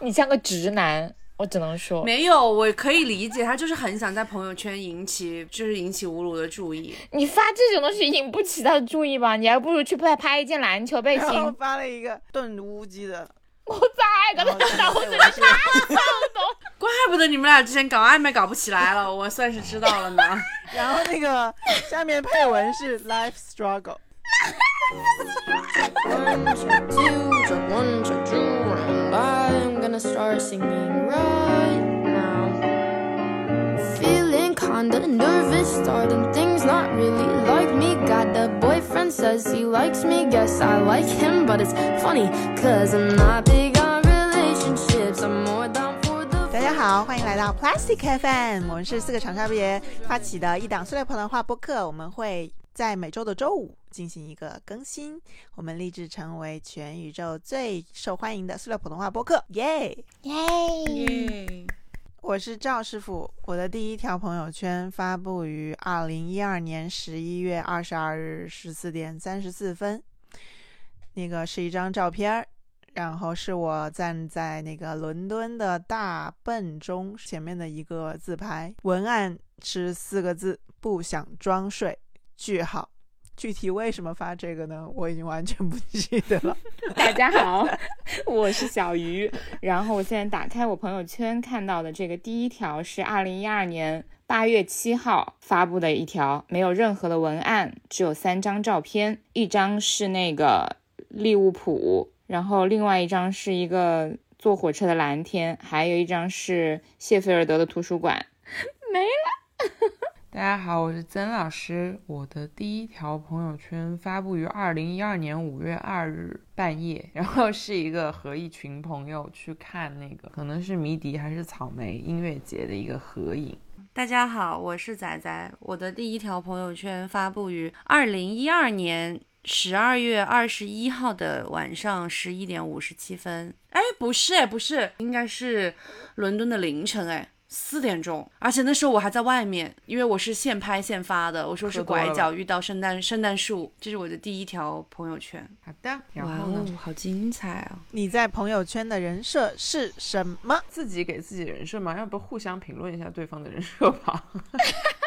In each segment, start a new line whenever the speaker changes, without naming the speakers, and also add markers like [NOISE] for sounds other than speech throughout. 你像个直男，我只能说，
没有，我可以理解，他就是很想在朋友圈引起，就是引起侮辱的注意。
你发这种东西引不起他的注意吧？你还不如去拍拍一件篮球背心
然。后发了一个炖乌鸡的，
我咋
然
个
后
知道？
我
我
是
真的
怪不得你们俩之前搞暧昧搞不起来了，我算是知道了呢。
然后那个下面配文是 life struggle，
One drop two drop one drop two, and I'm gonna start singing right now. Feeling kinda nervous, starting things not really like me. Got a boyfriend, says he likes me. Guess I like him, but it's funny, cause I'm not big on relationships. I'm more down for the
大家好，欢迎来到 Plastic FM，我们是四个长沙别发起的一档塑料泡糖话播客，我们会在每周的周五进行一个更新，我们立志成为全宇宙最受欢迎的塑料普通话播客，耶、我是赵师傅，我的第一条朋友圈发布于二零一二年十一月二十二日十四点三十四分，那个是一张照片儿，然后是我站在那个伦敦的大笨钟前面的一个自拍，文案是四个字：不想装睡，句号。具体为什么发这个呢？我已经完全不记得 [LAUGHS] 了。
大家好，我是小鱼。然后我现在打开我朋友圈看到的这个第一条是二零一二年八月七号发布的一条，没有任何的文案，只有三张照片，一张是那个利物浦，然后另外一张是一个坐火车的蓝天，还有一张是谢菲尔德的图书馆。
大家好，我是曾老师。我的第一条朋友圈发布于二零一二年五月二日半夜， [LAUGHS] 然后是一个和一群朋友去看那个可能是迷笛还是草莓音乐节的一个合影。
大家好，我是仔仔，我的第一条朋友圈发布于二零一二年十二月二十一号的晚上十一点五十七分。哎，不是，哎，不是，应该是伦敦的凌晨，哎。四点钟，而且那时候我还在外面，因为我是现拍现发的。我说是
喝多
拐
了
角遇到圣诞圣诞树，这是我的第一条朋友圈。
好的，然
哇
后呢
哦，，好精彩啊！
[LAUGHS]
你在朋友圈的人设是什么？
自己给自己人设嘛，要不互相评论一下对方的人设吧。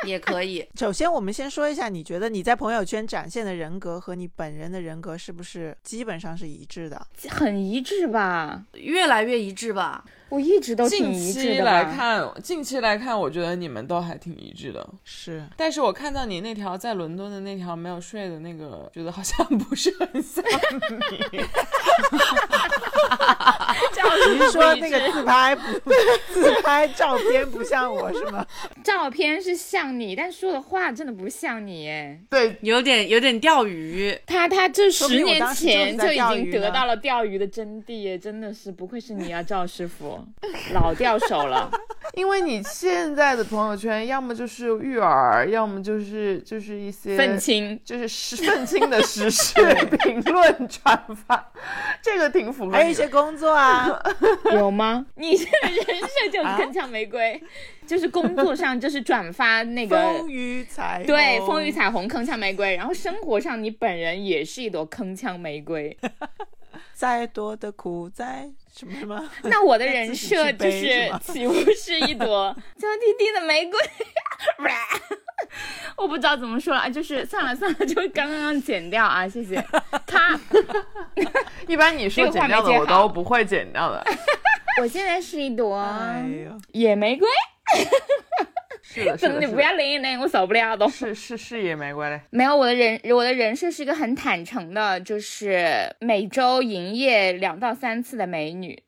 也可以，
首先，我们先说一下，你觉得你在朋友圈展现的人格和你本人的人格是不是基本上是一致的？
很一致吧？
越来越一致吧。
我一直都挺
近
一致
期
的
来
吧。 [LAUGHS]
看，近期来看，我觉得你们都还挺一致的。
[LAUGHS] 是，
但是我看到你那条在伦敦的那条没有睡的那个，觉得好像不是很像你。
你是说那个自拍不 [LAUGHS] 自拍照片不像我是 [LAUGHS] 吗？
照片是像你，但说的话真的不像你哎。
对，
有点有点钓鱼，
他他这
说
十
明我
年
当时就是
前
在
就已
钓
经
鱼
得
呢
到了钓鱼的真谛，真的是不愧是你啊，赵师傅，老钓手
[LAUGHS]
了。
因为你现在的朋友圈，要么就是育儿，要么就是就是一些
愤，青，
就是时愤青的
[LAUGHS]
时事评论转发，这个挺符合你的。
还
哎
有一些工作啊，
有吗？
[LAUGHS]
你这个人设就是铿锵玫瑰，就是工作上就是转发那个
风。雨哦彩虹
对，风雨彩虹铿锵玫瑰，然后生活上你本人也是一朵铿锵玫瑰。
再多的苦，再什么什么，
[LAUGHS] 那我的人
自己
设
去
就
背
是
是吗
岂不是一
[LAUGHS]
朵娇滴滴的玫瑰？ [LAUGHS] 我不知道怎么说了，啊就是算了算了，就刚刚剪掉啊，谢
[LAUGHS]
谢。咔，
一般你说
这个话
剪
没
掉的，
接
我
好
都不会剪
[LAUGHS]
掉的。
[LAUGHS] 我现在是一朵
哎呦，
野玫瑰，
是的，是
怎么 [LAUGHS]
的，
你
是
不
的
要淋淋，我受不了都。
是是是也没关系。
没有，我的人我的人设是一个很坦诚的，就是每周营业两到三次的美女。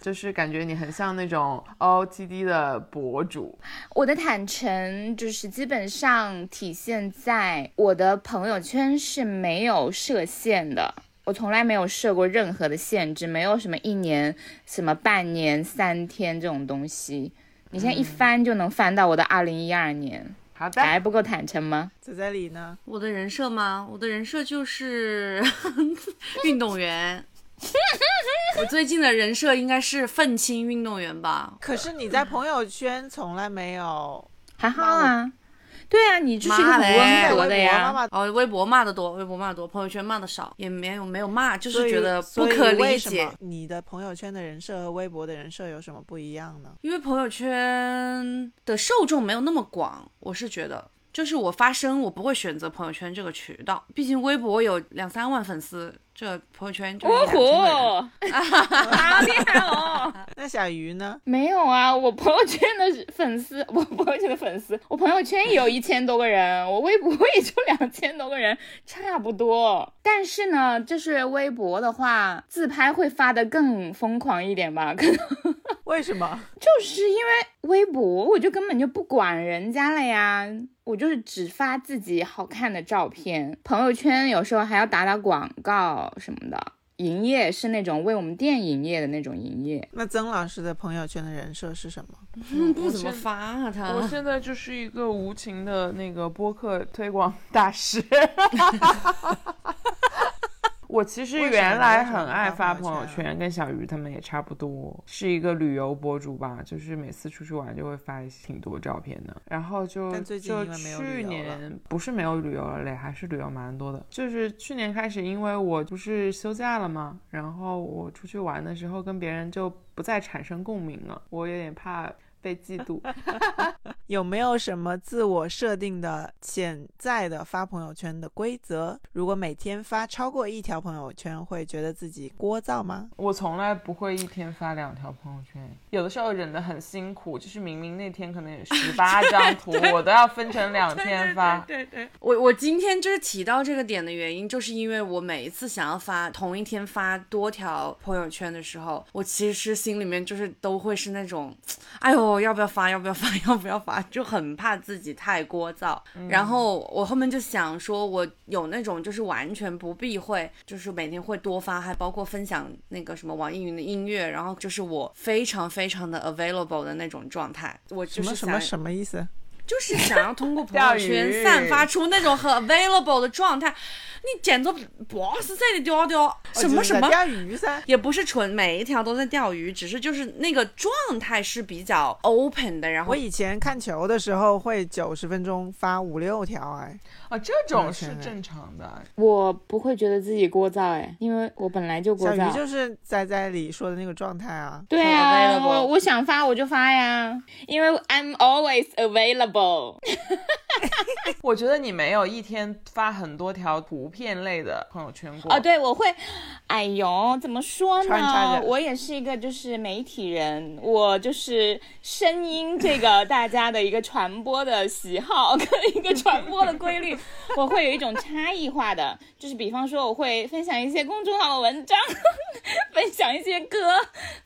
就是感觉你很像那种 OTD 的博主，
我的坦诚就是基本上体现在我的朋友圈是没有设限的，我从来没有设过任何的限制，没有什么一年、什么半年、三天这种东西。你现在一翻就能翻到我的二零一二 [LAUGHS] 年，
好的，
还不够坦诚吗？
在这里呢，
我的人设吗？我的人设就是
[LAUGHS]
运动员。我最近的人设应该是愤青运动员吧？ [LAUGHS]
可是你在朋友圈从来没有，
还好啊。对啊，你这是一个很温和的
妈
呀。
妈
哦，微博骂的多，微博骂的多，朋友圈骂的少，也没有没有骂，就
所
是
以
觉得不
所以
可理
为什
解
么。你的朋友圈的人设和微博的人设有什么不一样呢？
因为朋友圈的受众没有那么广，我是觉得，就是我发声，我不会选择朋友圈这个渠道，毕竟微博有两三万粉丝，这朋友圈就
哦
是两千个人。
吼， [LAUGHS] 好厉害哦！
那小鱼呢？
没有啊，我朋友圈的粉丝， [LAUGHS] 我朋友圈的粉丝，我朋友圈也有一千多个人，我微博也就两千多个人，差不多。但是呢，就是微博的话，自拍会发的更疯狂一点吧，可能
为什么？
就是因为微博，我就根本就不管人家了呀，我就是只发自己好看的照片。朋友圈有时候还要打打广告什么的，营业是那种为我们店营业的那种营业。
那曾老师的朋友圈的人设是什么？
嗯，不怎么发啊，他
我现在就是一个无情的那个播客推广大师。 [LAUGHS] 我其实
为什么
原来
为什么
很爱
发
发
朋
朋
友
友
圈
圈，跟小鱼他们也差不多，是一个旅游博主吧，就是每次出去玩就会发挺多照片的。然后就
但最近
就
因为没有旅
去
游
年不是没有旅游了嘞，还是旅游蛮多的。就是去年开始，因为我不是休假了嘛，然后我出去玩的时候跟别人就不再产生共鸣了，我有点怕被嫉妒。
有没有什么自我设定的潜在的发朋友圈的规则？如果每天发超过一条朋友圈，会觉得自己聒噪吗？
我从来不会一天发两条朋友圈，有的时候忍得很辛苦，就是明明那天可能有十 [LAUGHS] 八张图，我都要分成两天发。对
我我今天就是提到这个点的原因，就是因为我每一次想要发同一天发多条朋友圈的时候，我其实心里面就是都会是那种，哎呦，要不要发，要不要发， [LAUGHS] 要不要发，就很怕自己太聒噪。
嗯
然后我后面就想说，我有那种就是完全不避讳，就是每天会多发，还包括分享那个什么网易云的音乐，然后就是我非常非常的 available 的那种状态。我
什
就
么
是
什么
想
什么意思？
就是想要
[LAUGHS]
通过朋
钓
友
鱼
圈散发出那种很 available 的状态。你简直不是在的钓钓啊什么
哦就是
什么
在，钓鱼噻？
也不是纯每一条都在钓鱼，只是就是那个状态是比较 open 的。然后
我以前看球的时候会九十分钟发五六条，哎，
啊，这种是正常的。
我不会觉得自己聒噪哎，因为我本来就聒
小鱼
噪。
就是仔仔里说的那个状态啊。
对
很
啊，
available
我我想发我就发呀，因为 I'm always available。
我觉得你没有一天发很多条图片类的朋友圈过。
哦，，对，我会，哎呦，怎么说
穿插
呢？
着
我也是一个就是媒体人，我就是声音这个大家的一个传播的喜好跟一个传播的规
[LAUGHS]
律，我会有一种差异化的，就是比方说我会分享一些公众号的文章， [LAUGHS] 分享一些歌，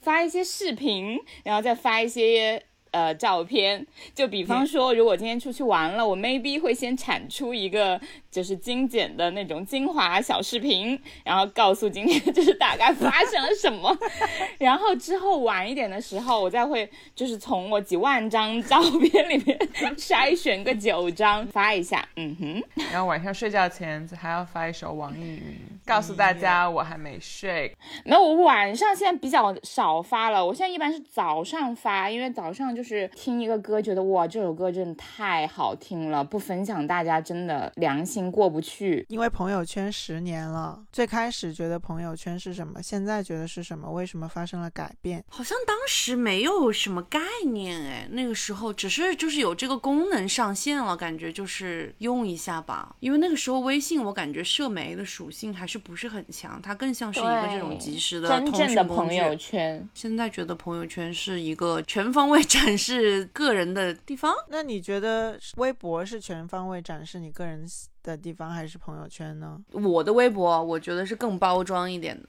发一些视频，然后再发一些。呃，照片就比方说，如果今天出去玩了，我 maybe 会先产出一个就是精简的那种精华小视频，然后告诉今天就是 [LAUGHS] 大概发生了什么， [LAUGHS] 然后之后晚一点的时候，我再会就是从我几万张照片里面 [LAUGHS] 筛选个九张发一下，嗯哼，
然后晚上睡觉前还要发一首网易云，告诉大家我还没睡。
没有，我晚上现在比较少发了，我现在一般是早上发，因为早上就是听一个歌，觉得哇这首歌真的太好听了，不分享大家真的良心过不去。
因为朋友圈十年了，最开始觉得朋友圈是什么，现在觉得是什么，为什么发生了改变？
好像当时没有什么概念哎，那个时候只是就是有这个功能上线了，感觉就是用一下吧。因为那个时候微信我感觉社媒的属性还是不是很强，它更像是一个这种
对
即时的
真
通
正
讯
的
工
朋
具
友圈，
现在觉得朋友圈是一个全方位 [LAUGHS] 展示个人的地方，
那你觉得微博是全方位展示你个人的地方，还是朋友圈呢？
我的微博我觉得是更包装一点的。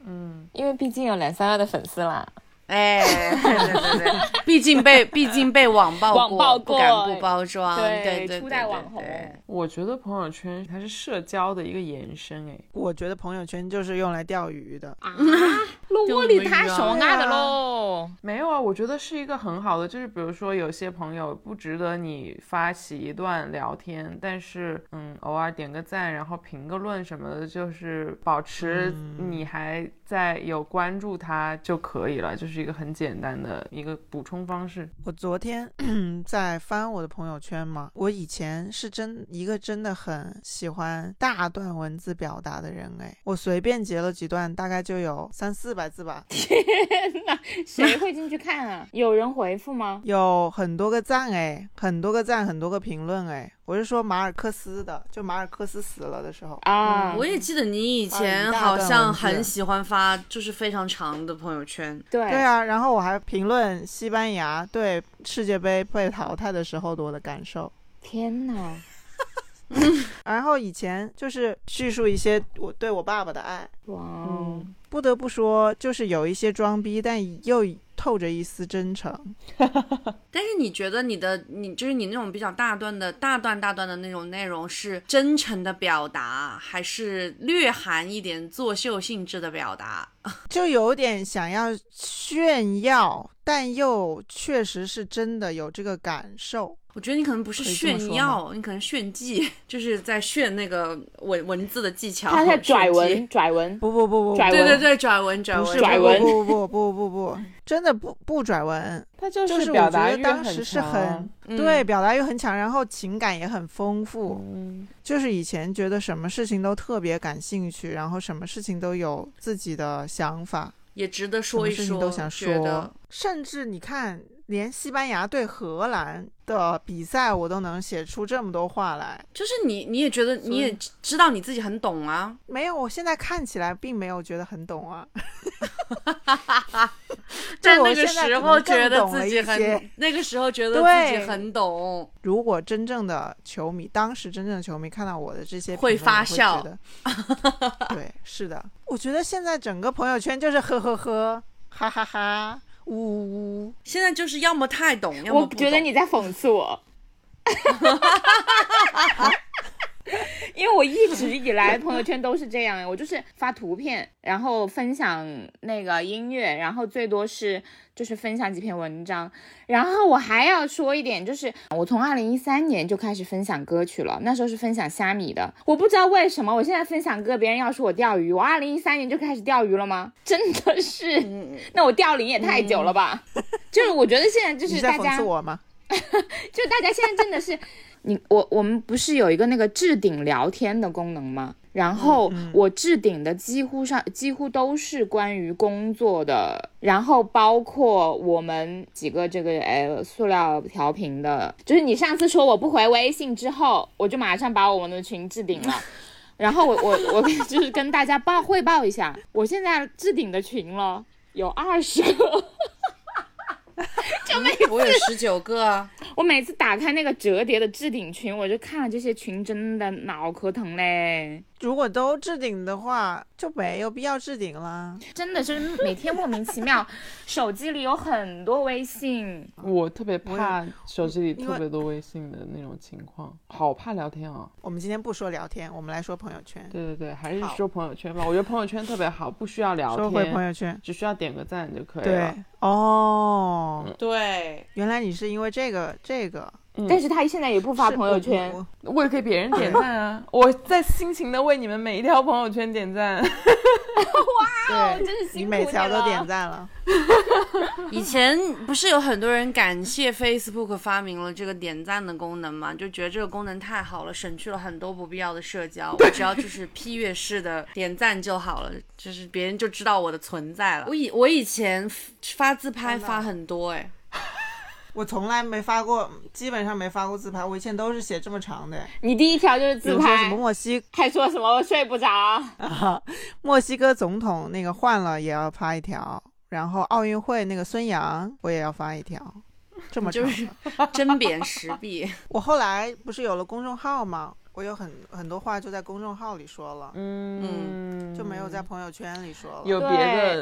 因为毕竟有两三万的粉丝啦。
哎， [LAUGHS] 对对对，毕竟被毕竟被网暴
网
过，
暴
不敢
过
不包装。对对对
初代网
对
红。
对
我觉得朋友圈它是社交的一个延伸，哎，
我觉得朋友圈就是用来钓鱼的。
啊，那我理他上岸的 [LAUGHS]
对啊
喽。哦，
没有啊，我觉得是一个很好的，就是比如说有些朋友不值得你发起一段聊天，但是嗯，偶尔点个赞，然后评个论什么的，就是保持
嗯
你还在有关注他就可以了，就是一个很简单的一个补充方式。
我昨天 [CLEARS THROAT] 在翻我的朋友圈嘛，我以前是真一个真的很喜欢大段文字表达的人哎，我随便截了几段，大概就有三四百字吧，
天哪，谁会进去看
[LAUGHS]
啊？有人回复吗？
有很多个赞哎，很多个赞，很多个评论哎，我是说马尔克斯的，就马尔克斯死了的时候，
啊，
嗯我也记得你以
啊
前
一大
好
段
像
文字
很喜欢发，就是非常长的朋友圈。
对
对啊，然后我还评论西班牙对世界杯被淘汰的时候的我的感受。
天哪，
然后以前就是叙述一些我对我爸爸的爱，
哇哦，
嗯
不得不说，就是有一些装逼，但又透着一丝真诚。
但是你觉得你的你就是你那种比较大段的大段大段的那种内容是真诚的表达，还是略含一点作秀性质的表达？
就有点想要炫耀，但又确实是真的有这个感受。
我觉得你可能不是
可以这么说
炫耀，你可能炫技，就是在炫那个文文字的技巧。
他在拽
炫
文，
技，
拽文，
不不不不，
拽
不
对对对，拽文拽文
是
拽文
不不不不不不，真的不不拽文，
他就
就是是
表
我觉
达
得
欲
当
很
时是
强
很
嗯
对表达欲很强，然后情感也很丰富。
嗯，
就是以前觉得什么事情都特别感兴趣，然后什么事情都有自己的想法，
也值得
什
说
么
一
事情
说，
都想
觉得
说。甚至你看，连西班牙对荷兰的比赛，我都能写出这么多话来。
就是你你也觉得你也知道你自己很懂啊，
没有，我现在看起来并没有觉得很
[LAUGHS]
懂啊。
在那
我
个
现在
时
可
候
能更
觉得
懂了
自
一
己很
些，
那个时候觉得自己
对
很懂。
如果真正的球迷，当时真正的球迷看到我的这些评
会
论，
发
我觉
笑
得。
[LAUGHS]
对，是的，我觉得现在整个朋友圈就是呵呵呵，哈哈哈，呜呜呜。
现在就是要么太懂，要么
我
不懂。
觉得你在讽刺
[LAUGHS]
我，因为我一直以来朋友圈都是这样，我就是发图片，然后分享那个音乐，然后最多是就是分享几篇文章，然后我还要说一点，就是我从二零一三年就开始分享歌曲了，那时候是分享虾米的，我不知道为什么我现在分享歌，别人要说我钓鱼，我二零一三年就开始钓鱼了吗？真的是，
嗯，
[LAUGHS] 那我钓龄也太久了吧？就是我觉得现在就是
嗯你
大
在
家
讽刺我吗？
就大家现在真的是， [LAUGHS] 你我我们不是有一个那个置顶聊天的功能吗？然后我置顶的几乎上几乎都是关于工作的，然后包括我们几个这个呃塑料调频的，就是你上次说我不回微信之后，我就马上把我们的群置顶了。然后我我我就是跟大家报汇报一下，我现在置顶的群了有二十个，
我有十九个啊，
[LAUGHS]
我每次打开那个折叠的置顶群，我就看了这些群，真的脑壳疼嘞！
如果都置顶的话，就没有必要置顶啦。
真的是每天莫名其妙，手机里有很多微信，
我特别
我有
怕手机里
因
特
为
别多微信的那种情况，好怕聊天啊。
我们今天不说聊天，我们来说朋友圈。
对对对，还是
好
说朋友圈吧，我觉得朋友圈特别好，不需要聊
说回朋
天，
友圈，
只需要点个赞就可以
对
啊
了。
哦，
对，
原来你是因为这个这个
但是他现在也不发
是
朋
我
友圈
我。我
我也给别人点赞啊！我在辛勤的为你们每一条朋友圈点赞。
对，
啊真是辛苦
你每条
了
都点赞了，
以前不是有很多人感谢 Facebook 发明了这个点赞的功能嘛，就觉得这个功能太好了，省去了很多不必要的社交。我只要就是批阅式的点赞就好了，就是别人就知道我的存在了。我以我以前发自拍发很多哎、
[LAUGHS] 我从来没发过，基本上没发过自拍，我以前都是写这么长的，
你第一条就是
比
自
如说什
拍
么，墨西 [LAUGHS]
还说什么我睡不着，
啊，墨西哥总统那个换了也要发一条，然后奥运会那个孙杨我也要发一条，这么长
就
的。
是针砭时弊。
我后来不是有了公众号吗？我有很很多话就在公众号里说了，
嗯，
就没有在朋友圈里说了。
有别的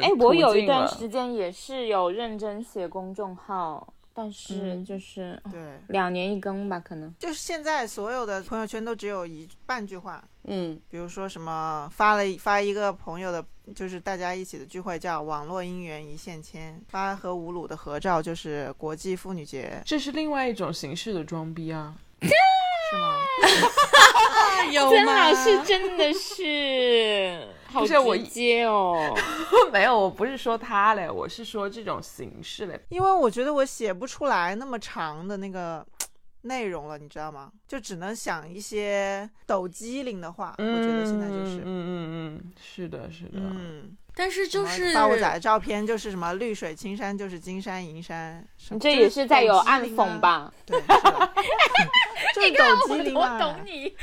对，哎，我
途
有一
径
段
了
时间也是有认真写公众号，但是就是、
对，
两年一更吧，可能。
就是现在所有的朋友圈都只有一半句话，
[LAUGHS] 嗯，
比如说什么发了一发一个朋友的就是大家一起的聚会叫“网络姻缘一线牵”，发和吴鲁的合照就是国际妇女节，
这是另外一种形式的装逼啊！
是吗？
有
曾
吗
老师真的是好
不是我
直接哦，
没有，我不是说他嘞，我是说这种形式嘞。
因为我觉得我写不出来那么长的那个内容了，你知道吗？就只能想一些抖机灵的话，我觉得现在就是
嗯。嗯嗯嗯，是的，是的。
嗯，
[LAUGHS] 但是
什
就
么
是
发我仔的照片就是什么绿水青山就是金山银山，什
你
么
这也是在有
就是抖机
暗
灵啊
讽？吧？
对，是的
哎
就是抖机灵嘛。
你，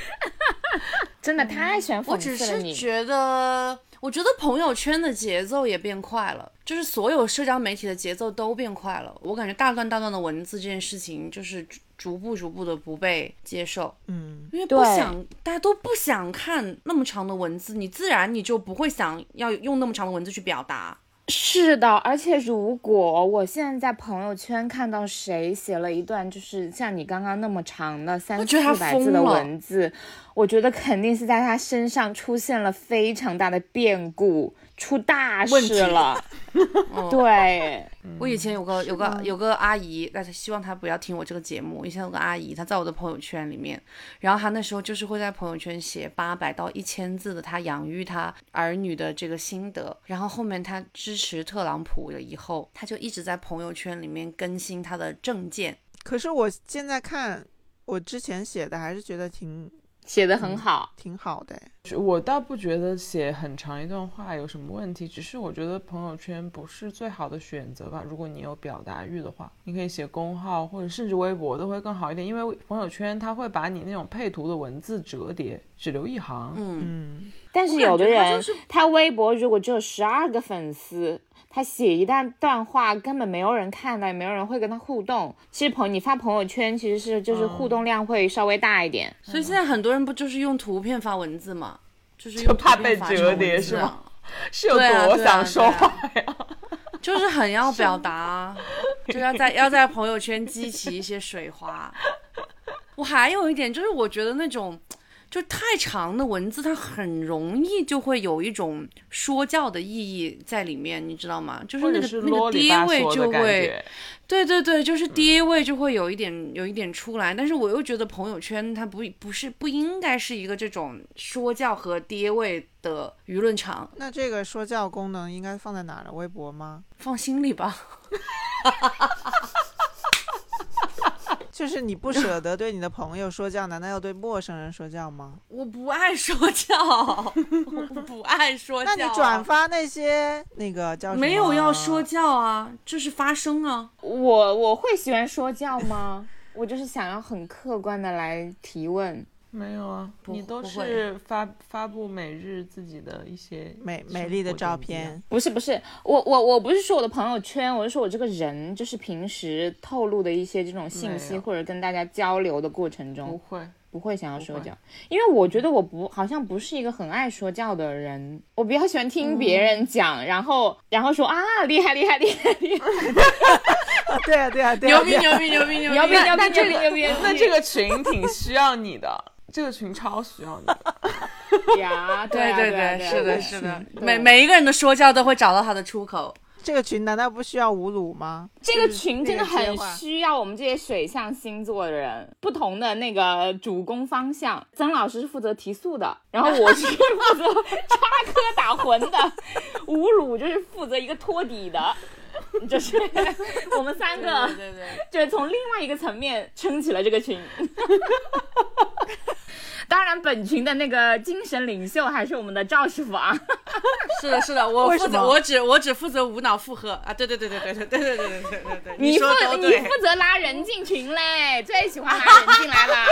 [LAUGHS] 真的太喜欢
啊嗯我
讽
只
刺了
是
你。
觉得，我觉得朋友圈的节奏也变快了，就是所有社交媒体的节奏都变快了。我感觉大段大段的文字这件事情，就是逐逐步逐步的不被接受，
嗯，
因为不
对
想，大家都不想看那么长的文字，你自然你就不会想要用那么长的文字去表达。
是的，而且如果我现在在朋友圈看到谁写了一段就是像你刚刚那么长的三
我觉
四
得他
百
疯
字的
了
文字，我觉得肯定是在他身上出现了非常大的变故，出大
问题
事了。 [LAUGHS]
嗯、
对，
我以前有个有个有个阿姨，但是希望她不要听我这个节目。以前有个阿姨，她在我的朋友圈里面，然后她那时候就是会在朋友圈写八百到一千字的她养育她儿女的这个心得，然后后面她支持特朗普了以后，她就一直在朋友圈里面更新她的政见。
可是我现在看我之前写的，还是觉得挺
写的很好。
挺好的。哎
我倒不觉得写很长一段话有什么问题，只是我觉得朋友圈不是最好的选择吧。如果你有表达欲的话，你可以写公号或者甚至微博都会更好一点，因为朋友圈它会把你那种配图的文字折叠，只留一行。
嗯，
嗯，
但是有的
我感觉他
人
就是
他微博如果只有十二个粉丝，他写一段段话根本没有人看到，也没有人会跟他互动。其实朋你发朋友圈其实是
嗯
就是互动量会稍微大一点。
所以现在很多人不就是用图片发文字嘛，就是
就
用
怕
图片
被
发成
折叠
文字
是
啊
吗？是有
对啊
多
对啊
想说话呀？
就是很要表达，啊
[LAUGHS]
就要在要在朋友圈激起一些水花。我还有一点就是，我觉得那种就太长的文字，它很容易就会有一种说教的意义在里面，你知道吗？就是
或
那
者
个
是
那
啰
个
里
低
吧
位
嗦的
就
感
会，
觉。嗯
对对对，就是低位就会有一点、有一点出来，但是我又觉得朋友圈它不不是不应该是一个这种说教和低位的舆论场，
那这个说教功能应该放在哪儿呢？微博吗？
放心里吧。
就是你不舍得对你的朋友说教，难道要对陌生人说教吗？
我不爱说教，我不爱说教。
那你转发那些那个叫什么
没有要说教啊，就是发声啊。
我我会喜欢说教吗？我就是想要很客观的来提问。
没有啊，
不
你都
不
是发发布每日自己的一些
美
生
美丽的
活
照
点滴啊
片，
不是不是，我我我不是说我的朋友圈，我是说我这个人，就是平时透露的一些这种信
没
息
有
或者跟大家交流的过程
不
中，
会，
不会想要说
不会
教，因为我觉得我不好像不是一个很爱说教的人，我比较喜欢听别人讲，然后然后说啊厉害厉害厉害厉害，
啊 [LAUGHS] 对啊对啊对啊，
牛逼牛逼牛逼牛逼！
牛逼牛逼
这
牛逼牛逼牛逼，
那这个群挺需要你的，这个群超需要你的。
呀，
对
啊
对
对啊
对，
对啊，
是
对
的，
啊
是的，
对
每每一个人的说教都会找到他的出口。
这个群难道不需要侮辱吗？
这个群真的
那个
很
计划
需要我们这些水象星座的人，不同的那个主攻方向。曾老师是负责提速的，然后我是负责插科打诨的， [LAUGHS] 吴鲁就是负责一个托底的，就是 [LAUGHS] 我们三个
对对对，
就是从另外一个层面撑起了这个群。 [LAUGHS] 当然，本群的那个精神领袖还是我们的赵师傅啊。
是的，是的，我
为
负
什
责，
么
我只我只负责无脑附和啊！对对对对对对对对对对对对对，
你负
说都
你
对
负。责拉人进群嘞，最喜欢拉人进来啦。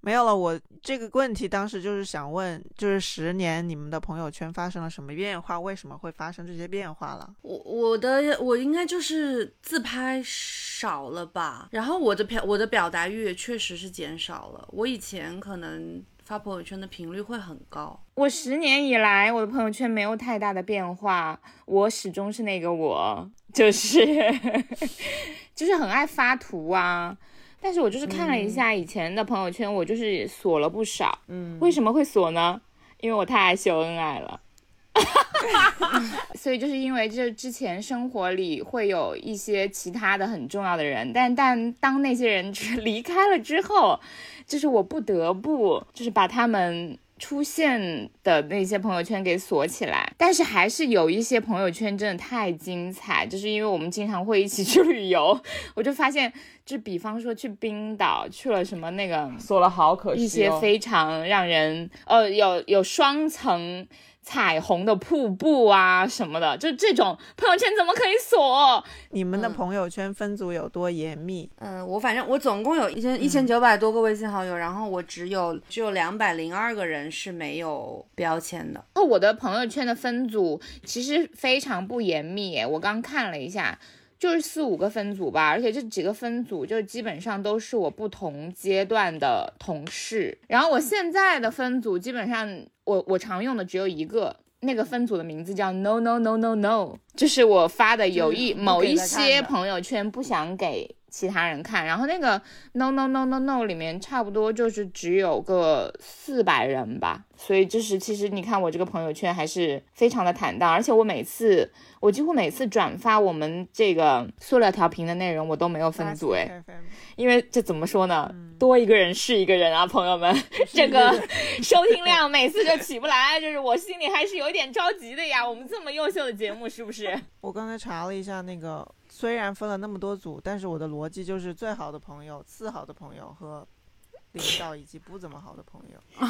没有了，我这个问题当时就是想问，就是十年你们的朋友圈发生了什么变化？为什么会发生这些变化了？
我我的我应该就是自拍少了吧，然后我的表我的表达欲也确实是减少了。我以前可能发朋友圈的频率会很高，
我十年以来，我的朋友圈没有太大的变化，我始终是那个我，就是 [LAUGHS] 就是很爱发图啊。但是我就是看了一下以前的朋友圈，我就是锁了不少。嗯，为什么会锁呢？因为我太爱秀恩爱了。所以就是因为这之前生活里会有一些其他的很重要的人，但但当那些人 [LAUGHS] 之离开了之后，就是我不得不就是把他们出现的那些朋友圈给锁起来。但是还是有一些朋友圈真的太精彩，就是因为我们经常会一起 [LAUGHS] 去旅游，我就发现，就比方说去冰岛，去了什么那个
锁了好可惜、哦。
一些非常让人呃有有双层彩虹的瀑布啊什么的，就这种朋友圈怎么可以锁？
你们
嗯
的朋友圈分组有多严密？
嗯，我反正我总共有一千一千九百多个微信好友，然后我只有只有两百零二个人是没有标签的。
哦，我的朋友圈的分组其实非常不严密耶，我刚看了一下，就是四五个分组吧，而且这几个分组就基本上都是我不同阶段的同事。然后我现在的分组基本上我我常用的只有一个，那个分组的名字叫 No No No No No，就是我发的有意
就是不
某
给
一
他看
些
的
朋友圈不想给其他人看，然后那个 No No No No No 里面差不多就是只有个四百人吧，所以就是其实你看我这个朋友圈还是非常的坦荡，而且我每次我几乎每次转发我们这个塑料调频的内容，我都没有分组哎，因为这怎么说呢，多一个人是一个人啊，朋友们，这个收听量每次就起不来，就是我心里还是有一点着急的呀。我们这么优秀的节目是不是？
我刚才查了一下，那个虽然分了那么多组，但是我的逻辑就是最好的朋友、次好的朋友和
[SNIFFS]
领导以及不怎么好的朋友。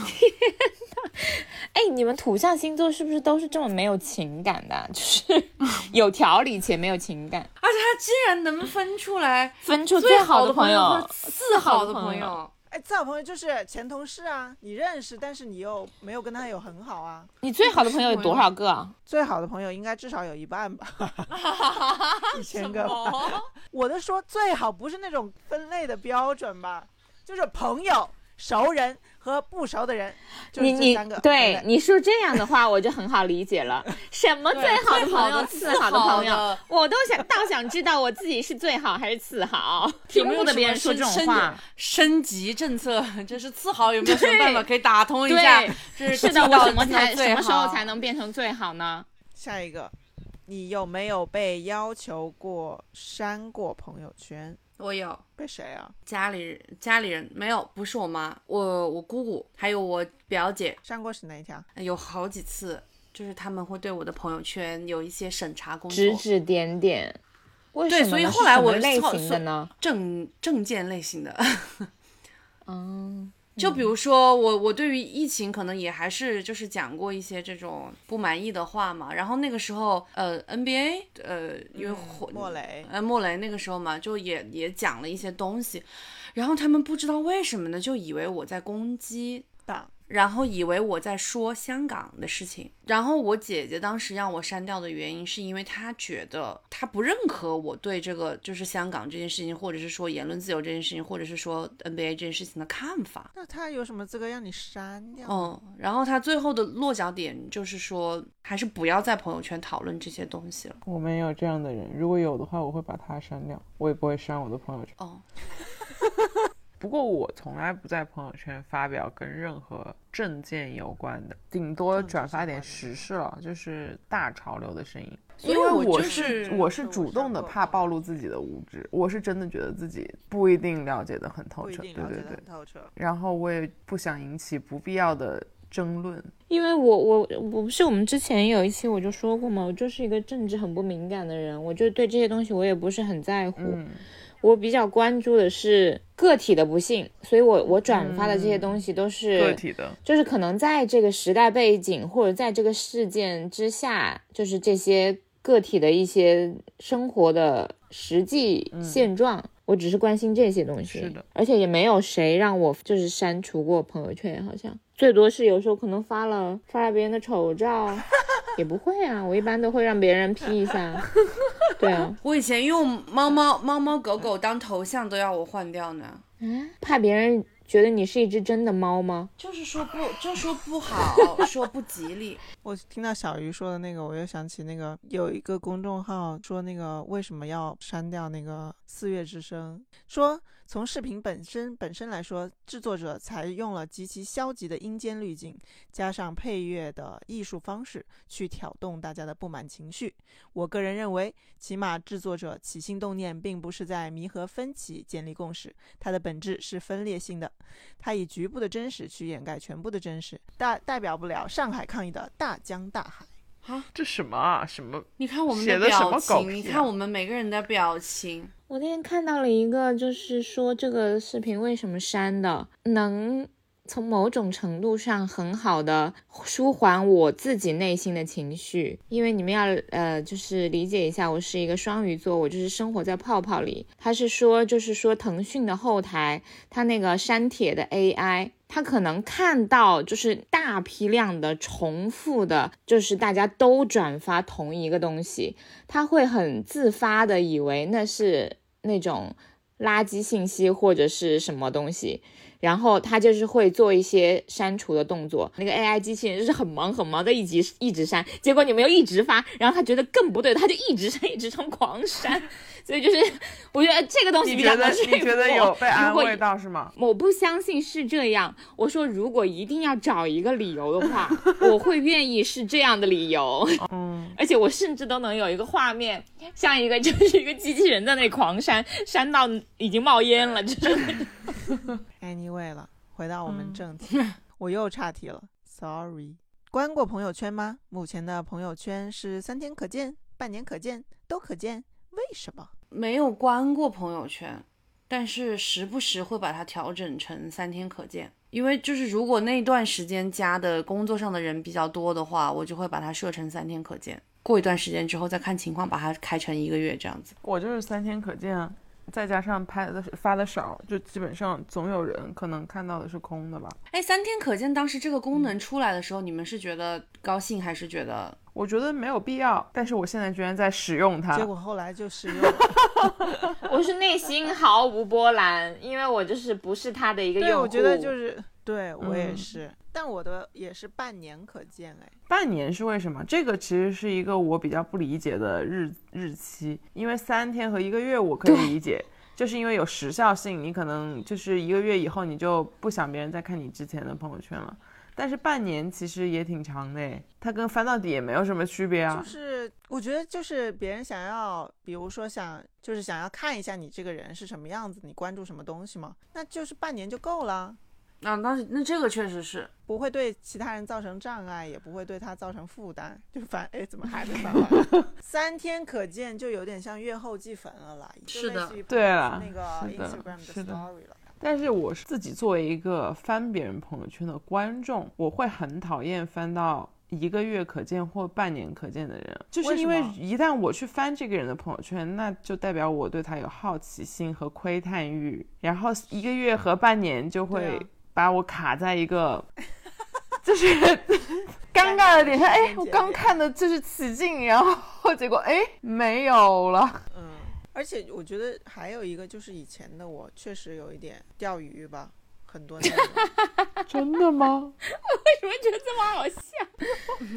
哎，你们土象星座是不是都是这么没有情感的啊？就是 [LAUGHS] 有条理且没有情感，
而且他竟然能分出来
分出
最
最好
的
的
朋
朋
和
友。
次好
最好的
的朋
朋
友
友。
哎，最好朋友就是前同事啊，你认识，但是你又没有跟他有很好啊。
你最好的朋友有多少个啊？
最好的朋友应该至少有一半吧， [LAUGHS] 一千个吧。
哦，
我的说最好不是那种分类的标准吧，就是朋友、熟人和不熟的人， [LAUGHS] 就是
你
这
你
三个。
对
不，
你说这样的话，我就很好理解了。什么最好的朋友、次好的朋友，我都想倒想知道我自己是最好还是次好，听不得别人说这种话。
升级政策就是次好有没有什么办法
对
可以打通一下？
对，
就是
是的，
进
我
到
怎么
进到
才
最
什么时候
好
才能变成最好呢？
下一个，你有没有被要求过删过朋友圈？
我有。
被谁啊？
家里人家里人没有，不是我妈，我我姑姑，还有我表姐，
删过是哪一条？
有好几次，就是他们会对我的朋友圈有一些审查工
指
作，
指点点。为什么呢
所以后来我
是什么类
操
型的呢？
证证件类型的。
嗯，
[LAUGHS] 就比如说我，我对于疫情可能也还是就是讲过一些这种不满意的话嘛。然后那个时候，呃，NBA，呃，因为
嗯
火
莫雷。
嗯
呃，莫雷那个时候嘛，就也也讲了一些东西，然后他们不知道为什么呢，就以为我在攻击
党，
然后以为我在说香港的事情。然后我姐姐当时让我删掉的原因，是因为她觉得她不认可我对这个就是香港这件事情，或者是说言论自由这件事情，或者是说 NBA 这件事情的看法。
那他有什么资格让你删
哦
掉？
嗯，然后她最后的落脚点就是说，还是不要在朋友圈讨论这些东西了。
我没有这样的人，如果有的话，我会把他删掉，我也不会删我的朋友圈。
哦，
不过我从来不在朋友圈发表跟任何政见有关的，顶多转发点时事了，就是大潮流的声音。
因
因
为
为
我
我
就是是
我是主动的怕暴露自己的无知，我是真的觉得自己不一定了解的很透
不一
彻，对
定了解
对
的
对
很。透彻。
然后我也不想引起不必要的争论，
因为我我我不是我们之前有一期我就说过嘛，我就是一个政治很不敏感的人，我就对这些东西我也不是很在乎。
嗯，
我比较关注的是个体的不幸，所以我我转发的这些东西都是、
个体的，
就是可能在这个时代背景或者在这个事件之下，就是这些个体的一些生活的实际现状，我只是关心这些东西。
嗯是的，
而且也没有谁让我就是删除过朋友圈，好像最多是有时候可能发了发了别人的丑照，也不会啊，我一般都会让别人 P 一下。对
[LAUGHS]
啊，
我以前用猫猫猫猫狗狗当头像都要我换掉呢。
嗯，怕别人觉得你是一只真的猫吗？
就是说不，就说不
[LAUGHS]
好，说不吉利。
我听到小鱼说的那个，我又想起那个有一个公众号说那个为什么要删掉那个《四月之声》，说从视频本身本身来说，制作者采用了极其消极的阴间滤镜，加上配乐的艺术方式去挑动大家的不满情绪。我个人认为，起码制作者起心动念并不是在弥合分歧、建立共识，它的本质是分裂性的。它以局部的真实去掩盖全部的真实，代代表不了上海抗议的大江大海。
这什么啊？什么？
你看我们
写的什
表
么狗
情，
屁啊
你看我们每个人的表情，
我那天看到了一个，就是说这个视频为什么删的，能从某种程度上很好的舒缓我自己内心的情绪，因为你们要呃，就是理解一下，我是一个双鱼座，我就是生活在泡泡里。他是说，就是说腾讯的后台，它那个删帖的 AI。它可能看到就是大批量的重复的，就是大家都转发同一个东西，他会很自发的以为那是那种垃圾信息或者是什么东西，然后他就是会做一些删除的动作。那个 AI 机器人就是很忙很忙的一直一直删，结果你们又一直发，然后他觉得更不对，他就一直删一直删狂删， [LAUGHS] 所以就是我觉得这个东西
你
比较
觉得
难说服
你觉得
我
有被安
如果
慰到是吗？
我不相信是这样。我说，如果一定要找一个理由的话，我会愿意是这样的理由。
哦
嗯， [LAUGHS] 而且我甚至都能有一个画面，像一个就是一个机器人在那里狂扇，扇到已经冒烟了，就是那种
Anyway 了，回到我们正题，我又岔题了，Sorry。关过朋友圈吗？目前的朋友圈是三天可见、半年可见、都可见，为什么？
没有关过朋友圈，但是时不时会把它调整成三天可见。因为就是如果那段时间加的工作上的人比较多的话，我就会把它设成三天可见。过一段时间之后再看情况，把它开成一个月这样子。
我就是三天可见啊，再加上拍的发的少，就基本上总有人可能看到的是空的吧。
哎，三天可见，当时这个功能出来的时候，你们是觉得高兴还是觉得
我觉得没有必要，但是我现在居然在使用它
结。果后来就使用了。
[LAUGHS] 我是内心毫无波澜，因为我就是不是他的一个用
[LAUGHS] 对，
户。
我觉得就是对我也
嗯
是，但我的也是半年可见哎。
半年是为什么？这个其实是一个我比较不理解的日日期，因为三天和一个月我可以理解，就是因为有时效性，你可能就是一个月以后你就不想别人再看你之前的朋友圈了。但是半年其实也挺长的诶，它跟翻到底也没有什么区别啊。
就是我觉得就是别人想要，比如说想就是想要看一下你这个人是什么样子，你关注什么东西嘛，那就是半年就够了，
啊？当时那这个确实是，
不会对其他人造成障碍，也不会对他造成负担，就反哎怎么还没翻完？
[LAUGHS]
三天可见就有点像月后祭坟了啦，就是
的
类似于
对了
那个
是的
Instagram
是的
story 了。
但是我是自己作为一个翻别人朋友圈的观众，我会很讨厌翻到一个月可见或半年可见的人，就是因
为
为
什么
一旦我去翻这个人的朋友圈，那就代表我对他有好奇心和窥探欲，然后一个月和半年就
对
会
啊
把我卡在一 [LAUGHS] 个，就是尴尬的点上。哎，我刚看的就是起劲，然后结果哎没有了。 [LAUGHS]
嗯，而且我觉得还有一个就是以前的我确实有一点钓鱼吧，很多内容。
真的吗？
为什么觉得这么好笑？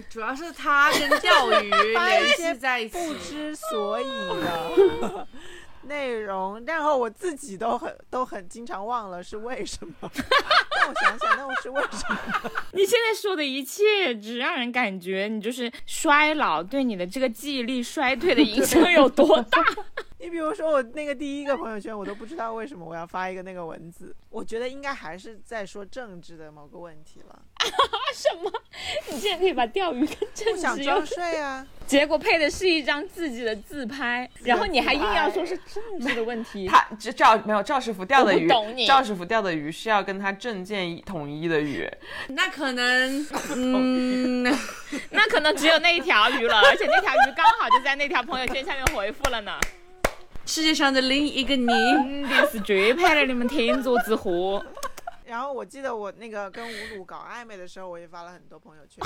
主要是他跟钓 [LAUGHS] 鱼
发一
联
些
系在一起，
不知所以的
[LAUGHS]
内容，然后我自己都很都很经常忘了是为什么。让我想想，那我是为什么？
你现在说的一切，只让人感觉你就是衰老对你的这个记忆力衰退的影响有多大。
你比如说我那个第一个朋友圈，我都不知道为什么我要发一个那个文字。我觉得应该还是在说政治的某个问题了，
什么？你竟然可以把钓鱼跟
不
政
想
治
交
又……
税啊。
结果配的是一张自己的自拍，然后你还硬要说是政治的问题。
他这赵没有赵师傅钓的
我不
鱼
懂你，
赵师傅钓的鱼是要跟他证件统一的鱼，
那可能， [LAUGHS] 嗯，
[LAUGHS] 那可能只有那一条鱼了，而且那条鱼刚好就在那条朋友圈下面回复了呢。
世界上的另一个 [LAUGHS] 你，
是绝配的，你们天作之合。
然后我记得我那个跟吴鲁搞暧昧的时候，我也发了很多朋友
[LAUGHS]
圈，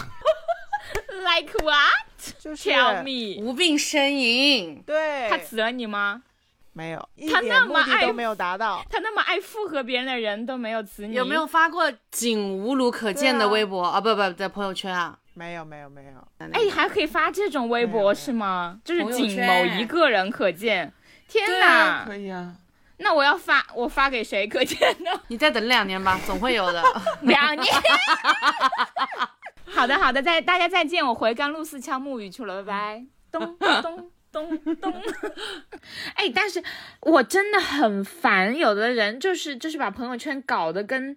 Like what?
就是
Tell me，
无病呻吟。
对，
他辞了你吗？
没有，一
他
点
那
目
么
的
爱
都没有达到。
他那么爱附和别人的人都没有此女，
有没有？发过仅无卢可见的微博啊不不在朋友圈啊？
没有，没有，没有。
哎，还可以发这种微
没有
博是吗？就是
朋友
仅某
圈
一个人可见。天
对啊
哪！
[LAUGHS] 可以啊，
那我要发，我发给谁可见呢？
你再等两年吧，总会有的。
两年。 [LAUGHS] 好的，好的，再大家再见，我回甘露寺敲木鱼去了，拜拜。咚咚咚咚。 [LAUGHS] 哎，但是我真的很烦，有的人就是就是把朋友圈搞得跟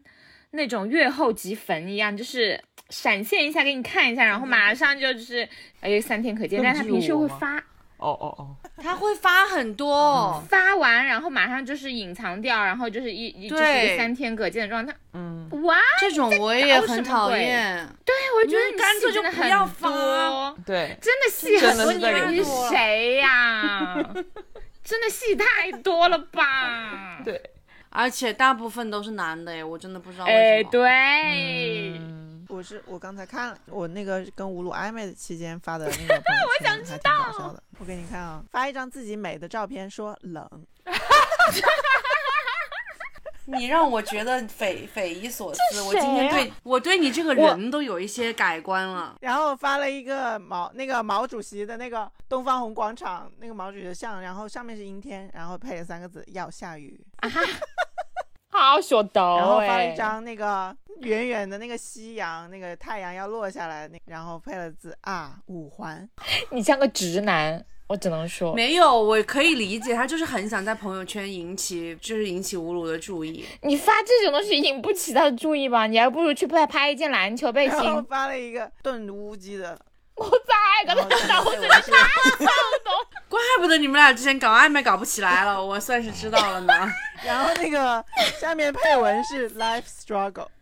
那种月后即焚一样，就是。闪现一下给你看一下，然后马上就是，哎，三天可见。
那
但
不
是他
是
平时
我
会
吗
发
哦哦哦，
[LAUGHS] 他会发很多哦，
发完，然后马上就是隐藏掉，然后就是一一就是一
对
个三天可见的状态。
嗯，
哇，
这种我也
搞什
很
么
讨
鬼
厌。
哎，我觉得你
干脆
戏
就
真的
不
很
要发
多
对，
真的戏很多，
真
你
的是在
以为
给
你是谁呀、真的戏太多了吧？
对，
而且大部分都是男的哎，我真的不知道为
哎，
什么。
对，
嗯，
我是我刚才看了我那个跟吴鲁暧昧的期间发的 [LAUGHS] 那个朋友圈，我想知道的。我给你看啊，发一张自己美的照片，说冷，
你让我觉得匪匪夷所思。我
谁
今天
呀
对我对你这个人都有一些改观了。
然后发了一个毛那个毛主席的那个东方红广场那个毛主席的像，然后上面是阴天，然后配了三个字要下雨，
好哎说到
然后发了一张那个远远的那个夕阳，那个太阳要落下来，那然后配了字啊五环，
你像个直男，我只能说，
没有，我可以理解，他就是很想在朋友圈引起，就是引起吴鲁的注意。
你发这种东西引不起他的注意吧？你还不如去拍拍一件篮球背心
然，后发了一个炖乌鸡的，
我再
然
跟
后
他
上
脑
面
子
配文字
[LAUGHS]
怪不得你们俩之前搞暧昧搞不起来了，我算是知道了呢。
然后那个下面配文是 life struggle。
[LAUGHS]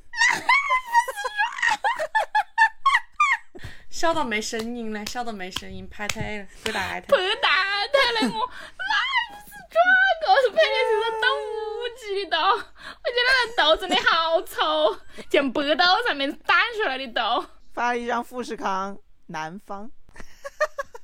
笑到没声音了，笑到没声音，拍太了，不打他。
不打他了，我 life struggle 配的是个东吴鸡的，我觉得那豆真的好丑，像白豆上面弹出来的豆。
发了一张富士康南方，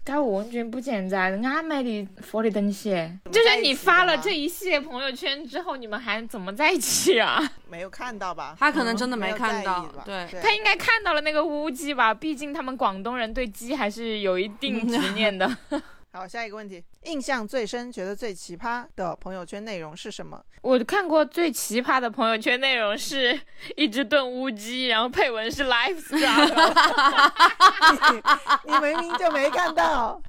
但我完全不简单，俺买的佛的东西，就是你发了这一系列朋友圈之后，你们还怎么在一起啊？
没有看到吧？
他可能真的
没
嗯没
有在
看
意
到
吧，
对 [LAUGHS]
他应该看到了那个乌鸡吧，毕竟他们广东人对鸡还是有一定执念的。
好，下一个问题，印象最深、觉得最奇葩的朋友圈内容是什
[LAUGHS]
么？
[LAUGHS] 我看过最奇葩的朋友圈内容是一只炖乌鸡，然后配文是 life struggle。
你明明就没看到，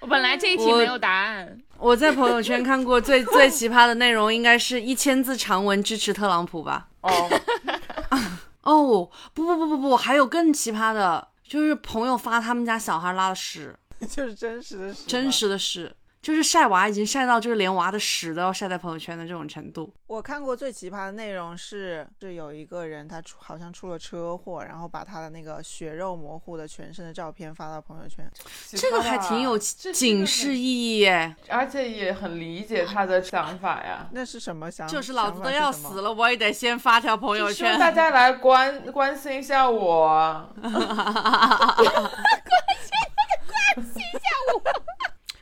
我本来这一题
我
没有答案，
我在朋友圈看过最 [LAUGHS] 最奇葩的内容，应该是一千字长文支持特朗普吧？
哦，
[LAUGHS] 哦，不不不不不，还有更奇葩的，就是朋友发他们家小孩拉的屎，
就是真实的事，
真。实的屎，就是晒娃已经晒到就是连娃的屎都要晒在朋友圈的这种程度。
我看过最奇葩的内容是，是有一个人他出好像出了车祸，然后把他的那个血肉模糊的全身的照片发到朋友圈。
这个还挺有
啊这
警示，意义耶，
而且也很理解他的想法 [LAUGHS] 呀。
那是什么想？
就是老子都要死
了。
了，我也得先发条朋友
希望
圈。
大家来关关心一下我啊，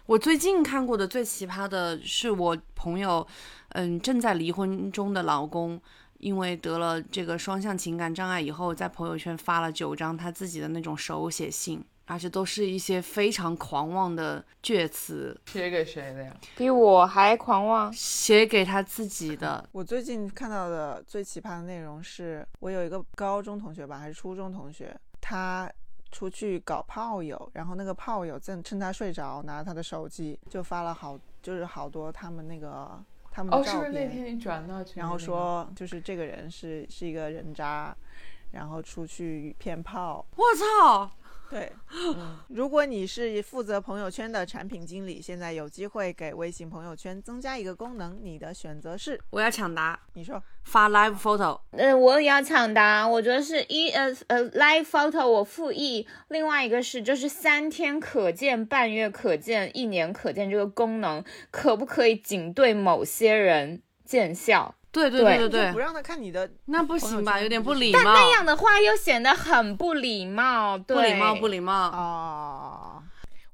我最近看过的最奇葩的是我朋友，嗯，正在离婚中的老公，因为得了这个双向情感障碍以后，在朋友圈发了九张他自己的那种手写信，而且都是一些非常狂妄的倔词，
写给谁的呀？
比我还狂妄。
写给他自己的。
我最近看到的最奇葩的内容是，我有一个高中同学吧，还是初中同学，他出去搞炮友，然后那个炮友正趁他睡着，拿着他的手机就发了好，就是好多他们那个他们
哦，
的
是
照
不是那
片，
天你转到群里的那个？
然后说就是这个人是是一个人渣，然后出去骗炮。
我操！
[LAUGHS]
对，嗯如果你是负责朋友圈的产品经理，现在有机会给微信朋友圈增加一个功能，你的选择是，
我要抢答，
你说。
发 live photo。
嗯、我也要抢答。我觉得是一呃呃，live photo 我复议，另外一个是就是三天可见、半月可见、一年可见这个功能，可不可以仅对某些人见效？
对对
对
对
就
对
不
对，
让他看你的
那不行吧？
朋友圈
有点不
不是
礼
但
貌，
这样的话又显得很不礼貌，对
不礼貌，不礼貌。
哦，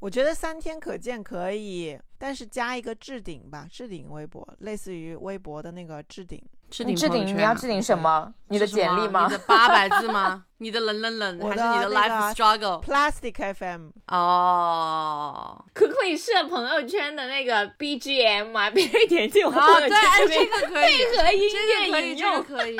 我觉得三天可见可以，但是加一个置顶吧，置顶微博，类似于微博的那个置顶。
置
你
顶
置
朋友
顶
圈啊
你要置顶什么？你的
是什
简
么啊
历吗
你？的八百字吗？ [LAUGHS] 你的冷冷冷，
我
嗯还
的
是你的
那个
啊
life struggle？
Plastic FM，
哦，
可不可以设朋友圈的那个 BGM 啊？别人点进我
哦，
朋
对，
友
哎
圈
[LAUGHS]
边
这个可以，
配合音
这个
乐
可以，
引
这个
用，
可以。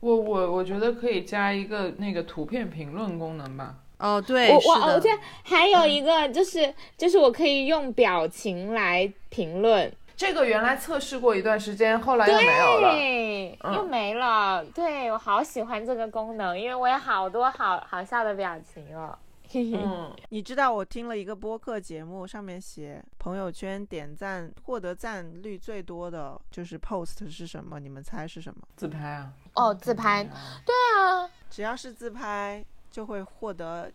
我我我觉得可以加一个那个图片评论功能吧。
[LAUGHS] 哦，对，
我
是
我我
的
觉得还有一个就是就是我可以用表情来评论，
这个原来测试过一段时间，后来又没有了。
对，
嗯
又没了。对我好喜欢这个功能，因为我有好多好好笑的表情哦。嘿嘿，
嗯，
你知道我听了一个播客节目，上面写朋友圈点赞获得赞率最多的就是 post 是什么？你们猜是什么？
自拍啊，
哦，自拍，对啊，
只要是自拍，就会获得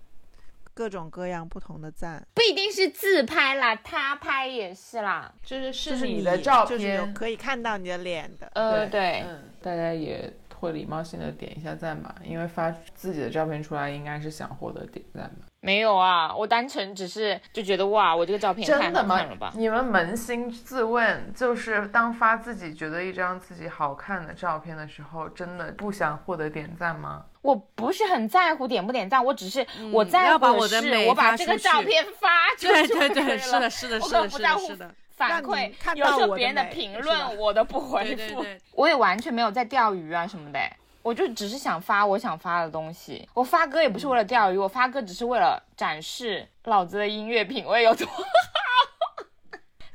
各种各样不同的赞，
不一定是自拍啦，他拍也是啦。
就是是
就是
你的照
就是有
片。
可以看到你的脸的。
呃，对，
嗯，大家也会礼貌性的点一下赞吧，因为发自己的照片出来，应该是想获得点赞吧。
没有啊，我单纯只是就觉得哇，我这个照片太
真的
好
吗
看了吧？？
你们扪心自问，就是当发自己觉得一张自己好看的照片的时候，真的不想获得点赞吗？
我不是很在乎点不点赞，我只是我在
嗯要
乎
把我的
是
美
我把
发
这
出
个照
去
片发出
对
去
对
就可
对，
以
是
了
的，是的，
我
是
根
的，
本不
是
在
的，
乎
是的。
反
让
馈
你，看
有
到
时候
我的
别人的
美
评
是吧
论我都不回复，
对对对
[LAUGHS] 我也完全没有在钓鱼啊什么的，我就只是想发我想发的东西。我发歌也不是为了钓鱼，我发歌只是为了展示老子的音乐品味有多好。 [LAUGHS]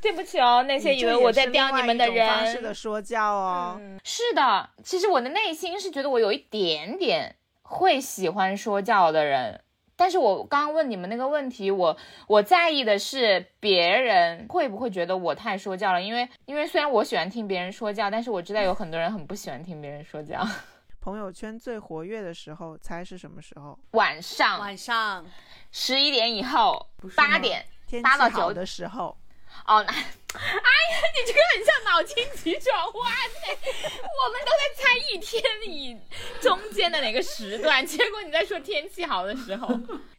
对不起哦，那些以为我在钓你们的
这也是另外一种方式
人，嗯
的说教哦，
是的，其实我的内心是觉得我有一点点会喜欢说教的人，但是我刚刚问你们那个问题，我我在意的是别人会不会觉得我太说教了，因为因为虽然我喜欢听别人说教，但是我知道有很多人很不喜欢听别人说教。 [LAUGHS]
朋友圈最活跃的时候，猜是什么时候？
晚上
晚上
十一点以后，
是吗
八点
天气
八到九
好的时候，
哦，那，哎呀，你这个很像脑筋急转弯哎！我们都在猜一天以中间的哪个时段，结果你在说天气好的时候，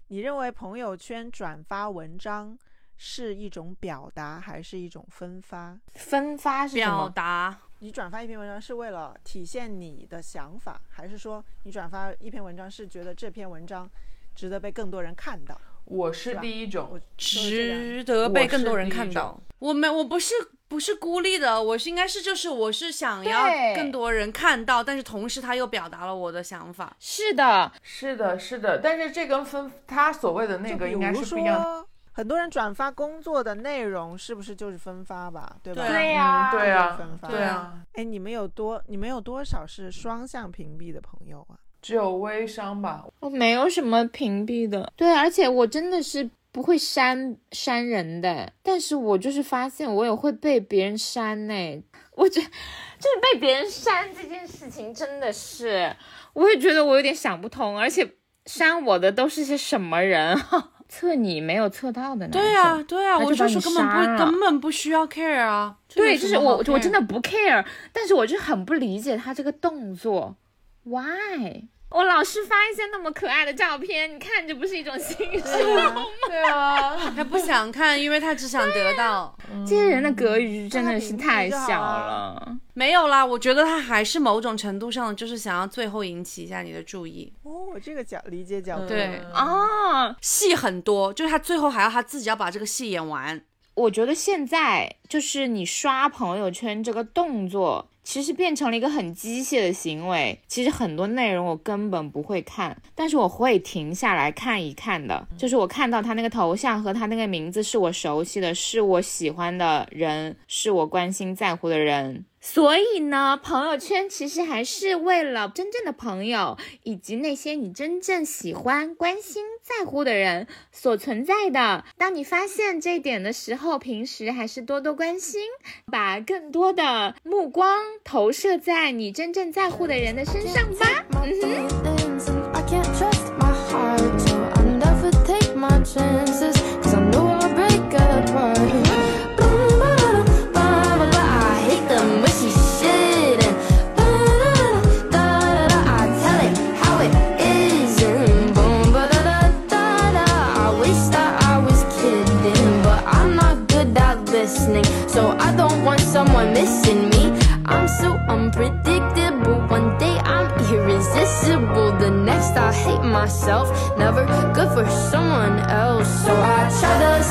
你认为朋友圈转发文章是一种表达，还是一种分发？
[LAUGHS] 分发是什
表
么？
达
你转发一篇文章是为了体现你的想法，还是说你转发一篇文章是觉得这篇文章值得被更多人看到？
我是
吧
第一种
我，说的这两
值得被
我
更
是
多人
第一
看
种
到。我没，我不是不是孤立的，我是应该是就是我是想要
对
更多人看到，但是同时他又表达了我的想法。
是的，
是的，是的，但是这跟分他所谓的那
就
个
比
应该
如
是不一样的。
说，很多人转发工作的内容，是不是就是分发吧？对吧？嗯
对对
呀、
对啊
分，发
对啊，
哎，你们有多你们有多少是双向屏蔽的朋友啊？
只有微商吧，
我没有什么屏蔽的，对，而且我真的是不会删删人的，但是我就是发现我也会被别人删呢、 [LAUGHS] 我觉就是被别人删这件事情真的是，我也觉得我有点想不通，而且删我的都是些什么人？啊 [LAUGHS] 测你没有测到的男生，
对啊，对啊，
他
我
就把
就
你
说根本
杀了
不根本不需要 care 啊。这有
对，
什
就是
么
我
好
我
care
真的不 care，但是我就很不理解他这个动作，why？我老是发一些那么可爱的照片，你看着不是一种欣赏吗？ [LAUGHS]
对啊，
他不想看，因为他只想得到。
这些人的格局真的是太
大
小
家平衡就好啊
了。
[LAUGHS] 没有啦，我觉得他还是某种程度上就是想要最后引起一下你的注意，
哦，这个角理解角度，
对
哦，
戏很多，就是他最后还要他自己要把这个戏演完。
我觉得现在就是你刷朋友圈这个动作，其实变成了一个很机械的行为。其实很多内容我根本不会看，但是我会停下来看一看的。
嗯
就是我看到他那个头像和他那个名字是我熟悉的，是我喜欢的人，是我关心在乎的人。所以呢，朋友圈其实还是为了真正的朋友以及那些你真正喜欢、关心、在乎的人所存在的。当你发现这一点的时候，平时还是多多关心，把更多的目光投射在你真正在乎的人的身上吧。
my feelings and I can't trust my heart, so I never take my chances, cause I know I'll break apart. Boom, ba-da-da, ba-ba-da, I hate the mushy shit, and ba-da-da, da-da-da, I tell it how it is, and boom, ba-da-da, da-da, I wish that I was kidding. so I don't want someone missing me. I'm so unpredictable. One day I'm irresistible, the next I hate myself. Never good for someone else, so I try to